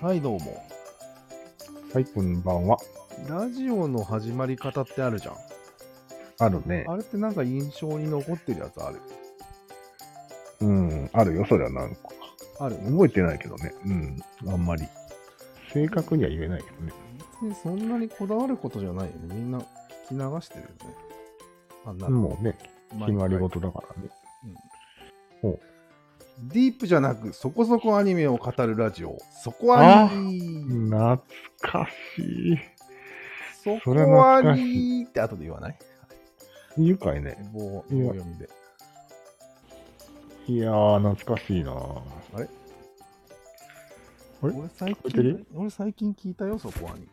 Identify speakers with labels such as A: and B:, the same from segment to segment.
A: はい、どうも。
B: はい、こんばんは。
A: ラジオの始まり方ってあるじゃん。
B: あるね。
A: あれってなんか印象に残ってるやつある。
B: うん、あるよ、そりゃなんか。
A: ある
B: 覚えてないけどね。うん、あんまり。正確には言えないけどね。
A: 別にそんなにこだわることじゃないよね。みんな聞き流してるよね。あんなの
B: もうね、決まり事だからね。
A: ディープじゃなく、そこそこアニメを語るラジオ。そこアニー
B: 懐かしい。
A: そ
B: それ
A: こア
B: 懐かし
A: ニーって後で言わない
B: 愉快ね。
A: 棒棒
B: いや
A: 読みで。
B: いやー、懐かしいなぁあれ
A: 俺最
B: 聞こえて
A: 近
B: る、
A: 俺最近聞いたよ、そこアニ。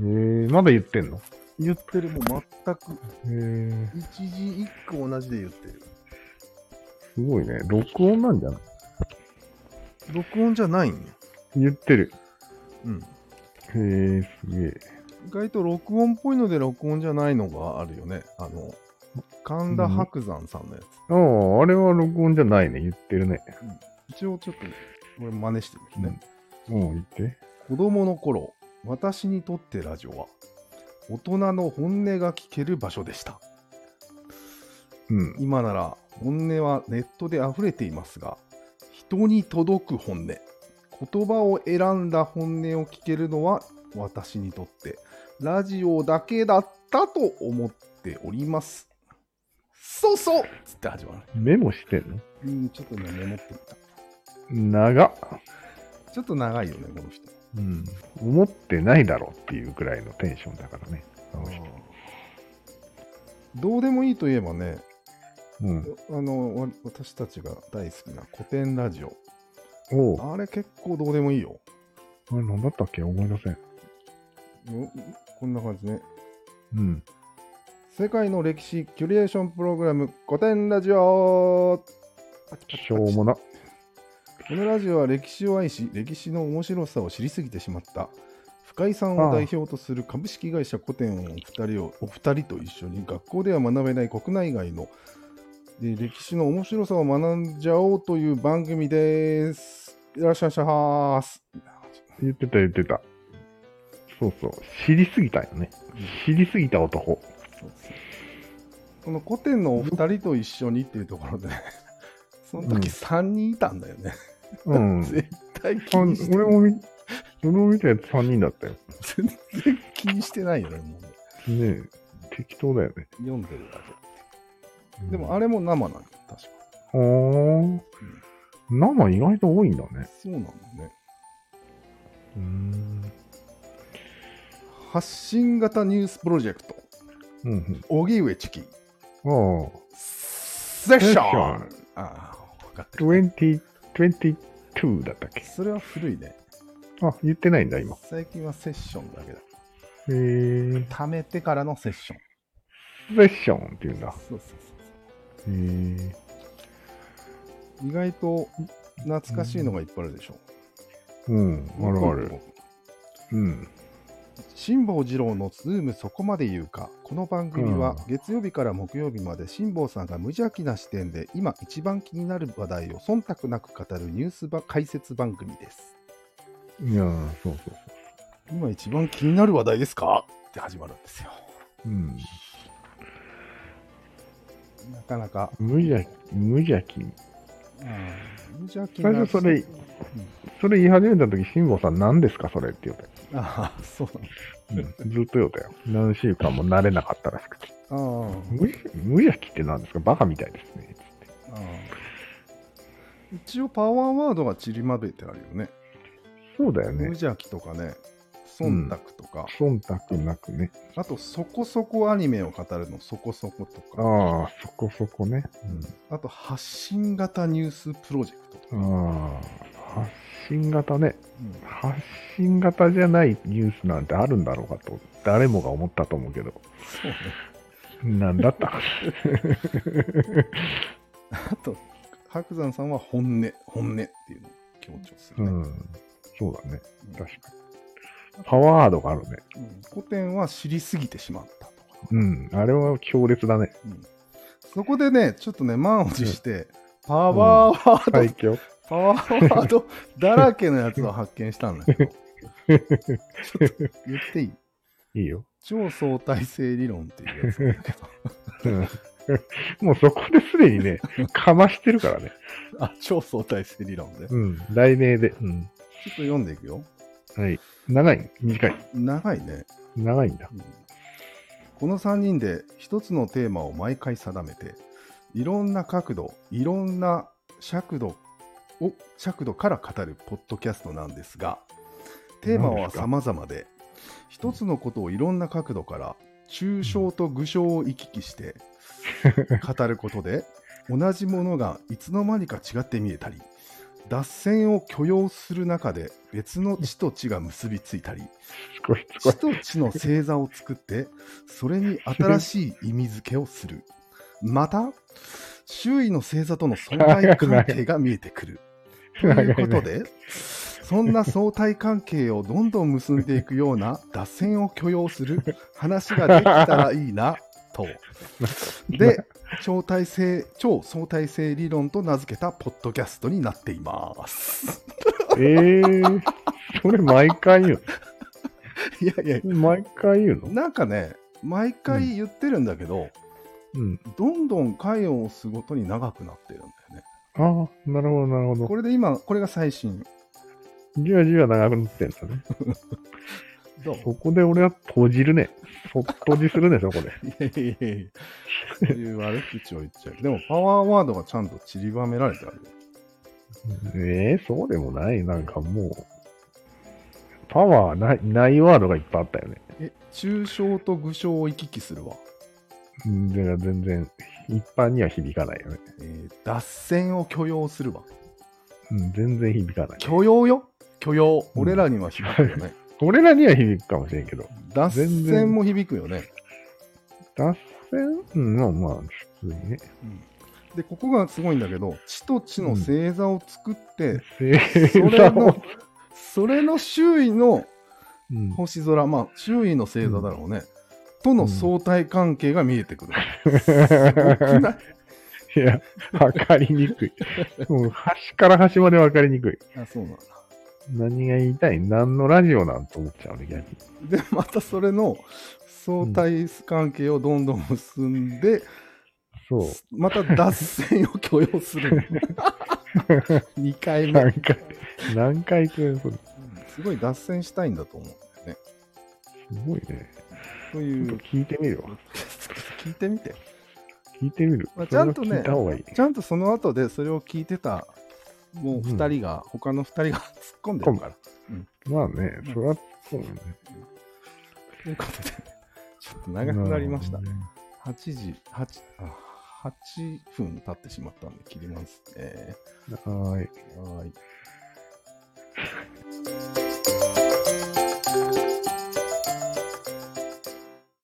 B: えー、まだ言ってんの
A: 言ってる、もう全く、
B: えー、
A: 一字一句同じで言ってる。
B: すごいね。録音なんじゃない
A: 録音じゃないんよ。
B: 言ってる。
A: うん。
B: へえー、すげえ。
A: 意外と録音っぽいので録音じゃないのがあるよね。あの、神田伯山さんのやつ。
B: ああ、あれは録音じゃないね。言ってるね。
A: 一応ちょっと、これ真似してみるね。
B: うん、言って。
A: 子供の頃、私にとってラジオは、大人の本音が聞ける場所でした。
B: うん。
A: 今なら本音はネットで溢れていますが、人に届く本音、言葉を選んだ本音を聞けるのは私にとってラジオだけだったと思っております。そうそうつって始まる。
B: メモしてんの
A: うん、ちょっとね、メモってみた。
B: 長っ。
A: ちょっと長いよね、この人。
B: うん、思ってないだろうっていうくらいのテンションだからね。あの人
A: どうでもいいといえばね、
B: うん、
A: あの、わ私たちが大好きな古典ラジオ。
B: おうあ
A: あれ結構どうでもいいよ。
B: れ何だったっけ思い出せん。
A: うんこんな感じね。
B: うん。
A: 世界の歴史キュリエーションプログラム古典ラジオ
B: しょうもな。
A: このラジオは歴史を愛し歴史の面白さを知りすぎてしまった深井さんを代表とする株式会社古典をお二人をお二人と一緒に学校では学べない国内外のえー歴史の面白さを学んじゃおうという番組です。いらっしゃいましゃはーす。
B: 言ってた言ってた。そうそう。知りすぎたよね。知りすぎた男。
A: この古典のお二人と一緒にっていうところで、 その時3人いたんだよね。
B: うん。
A: 絶対気
B: あ
A: にして
B: 俺も見、俺も見たやつ3人だったよ。
A: 全然気にしてないよね、もうね。
B: ねえ。適当だよね。
A: 読んでるだけ。
B: うん
A: でもあれも生なの、確か。
B: ほー。生意外と多いんだね。
A: そうなんだよね。
B: うん。
A: 発信型ニュースプロジェクト、
B: うん
A: 荻上チキ、
B: うん。ああ。
A: セッシ
B: セッシ
A: ョ
B: ョ
A: ン
B: ン
A: ああ、分かってる。
B: 2022だったっけ
A: それは古いね。
B: あ、言ってないんだ、今。
A: 最近はセッションだけだ。
B: へー。
A: 貯めてからのセッション。
B: セッションっていうんだ。へ
A: そうそうそう
B: え。
A: そう。意外と懐かしいのがいっぱいあるでしょ。
B: うん、あるある。。うん。
A: 辛坊治郎のズームそこまで言うか。この番組は月曜日から木曜日まで辛坊さんが無邪気な視点で今一番気になる話題を忖度なく語るニュースば解説番組です。
B: いやー、そうそう。
A: 今一番気になる話題ですかって始まるんですよ。
B: うん。
A: なかなか。
B: 無邪気、無邪気。
A: うん無邪気
B: 最
A: な
B: 初それ、それ言い始めた時、辛坊さん何ですかそれって言う
A: ああ、そうなんだ
B: たよ。うん、ずっと言うたよ。何週間も慣れなかったらしくて。
A: あー
B: 無無邪気って何ですかバカみたいですね。
A: あー。一応パワーワードが散りまべてあるよね。
B: そうだよ
A: 無
B: ね。
A: 邪気とかね、忖度とか、
B: 忖度なくね。
A: あと、そこそこアニメを語るの、そこそことか、
B: ああ、そこそこね。
A: あと、発信型ニュースプロジェクトとか、
B: うん、ああ、発信型ね。
A: うん
B: 発信型じゃないニュースなんてあるんだろうかと誰もが思ったと思うけど
A: そうね。
B: なんだったか
A: あと、白山さんは本音、本音っていうのを強調する
B: う
A: ね。
B: んそうだね
A: うん
B: 確かにパワーワードがあるね
A: うん古典は知りすぎてしまったとか、
B: うんあれは強烈だね
A: うんそこでね、ちょっとね、満を持して、パワーワード、
B: 最強
A: パパワーワード だらけのやつを発見したんだけど。ちょっと言っていい
B: いいよ。
A: 超相対性理論っていうやつなんだけど。
B: うん もうそこですでに ね、かましてるからね。
A: あ、超相対性理論で。ちょっ
B: うん。題名で。うん。
A: と読んでいくよ。
B: はい。長い短い
A: 長いね。
B: 長いんだ。
A: うんこの3人で一つのテーマを毎回定めて、いろんな角度、いろんな尺度を、尺度から語るポッドキャストなんですが、テーマ
B: 何で
A: は
B: すか
A: 様々で、一つのことをいろんな角度から、抽象と具象を行き来して、語ることで、同じものがいつの間にか違って見えたり、脱線を許容する中で別の地と地が結びついたり、
B: すごいすご い
A: 地。と地の星座を作って、それに新しい意味付けをする。また、周囲の星座との相対関係が見えてく る。と
B: 長い
A: いう
B: ね
A: ことで、そんな相対関係をどんどん結んでいくような脱線を許容する話ができたらいいな、 と。で、超体性、超相対性理論と名付けたポッドキャストになっています。
B: えー、それ毎回言う
A: いやいや、
B: の毎回言うの
A: なんかね、毎回言ってるんだけど、
B: うん。
A: どんどん回を押すごとに長くなってるんだよね。
B: ああ、なるほど、なるほど
A: こ。れで今、これが最新。
B: じわじわ長くなってんだね。
A: どう
B: そこで俺は閉じるね。そ閉じするね、そこで。
A: いやいやいやいや。そういう悪口を言っちゃう。でも、パワーワードがちゃんと散りばめられてあるよ。
B: えー、そうでもない。なんかもう、パワーない、ないワードがいっぱいあったよね。
A: え、抽象と具象を行き来するわ。
B: うんだから全然、一般には響かないよね。
A: えー脱線を許容するわ。
B: うん、全然響かない。
A: 許容よ許容。
B: うん
A: 俺らには響くよ ね。
B: 俺らには響くかもしれんけど、
A: 脱
B: 全然
A: 線も響くよね。
B: 脱線うん、まあまあ、普通にね。
A: で、ここがすごいんだけど、地と地の星座を作 って、そ
B: 星
A: れ
B: 座を
A: の、それの周囲の
B: うん、
A: 星空、まあ、周囲の星座だろうね、との相対関係が見えてくる。僕ない
B: や、わかりに くい。もう端から端までわかりにくい。
A: あそうなんだ。
B: 何が言いたい何のラジオなんて思っちゃうね、逆に。
A: で、またそれの相対関係をどんどん結んで、
B: そう。
A: また脱線を許容する。2回目。
B: 何回、何回くらいそう
A: すごい脱線したいんだと思うんだよね。
B: すごいね。
A: と
B: ちょ
A: い
B: っと
A: う、
B: 聞いてみるわ。
A: 聞いてみて。
B: 聞いてみる。
A: まあちゃんとね
B: それは聞いた方がいい。
A: ちゃんとその後でそれを聞いてた、もう2人が、他の2人が突っ込んでるから。
B: まあね、それはそうだね。
A: ということで、ちょっと長くなりました
B: な。るほどね
A: 8時、8、あ8分経ってしまったんで切りますね。
B: はーい。
A: はーい。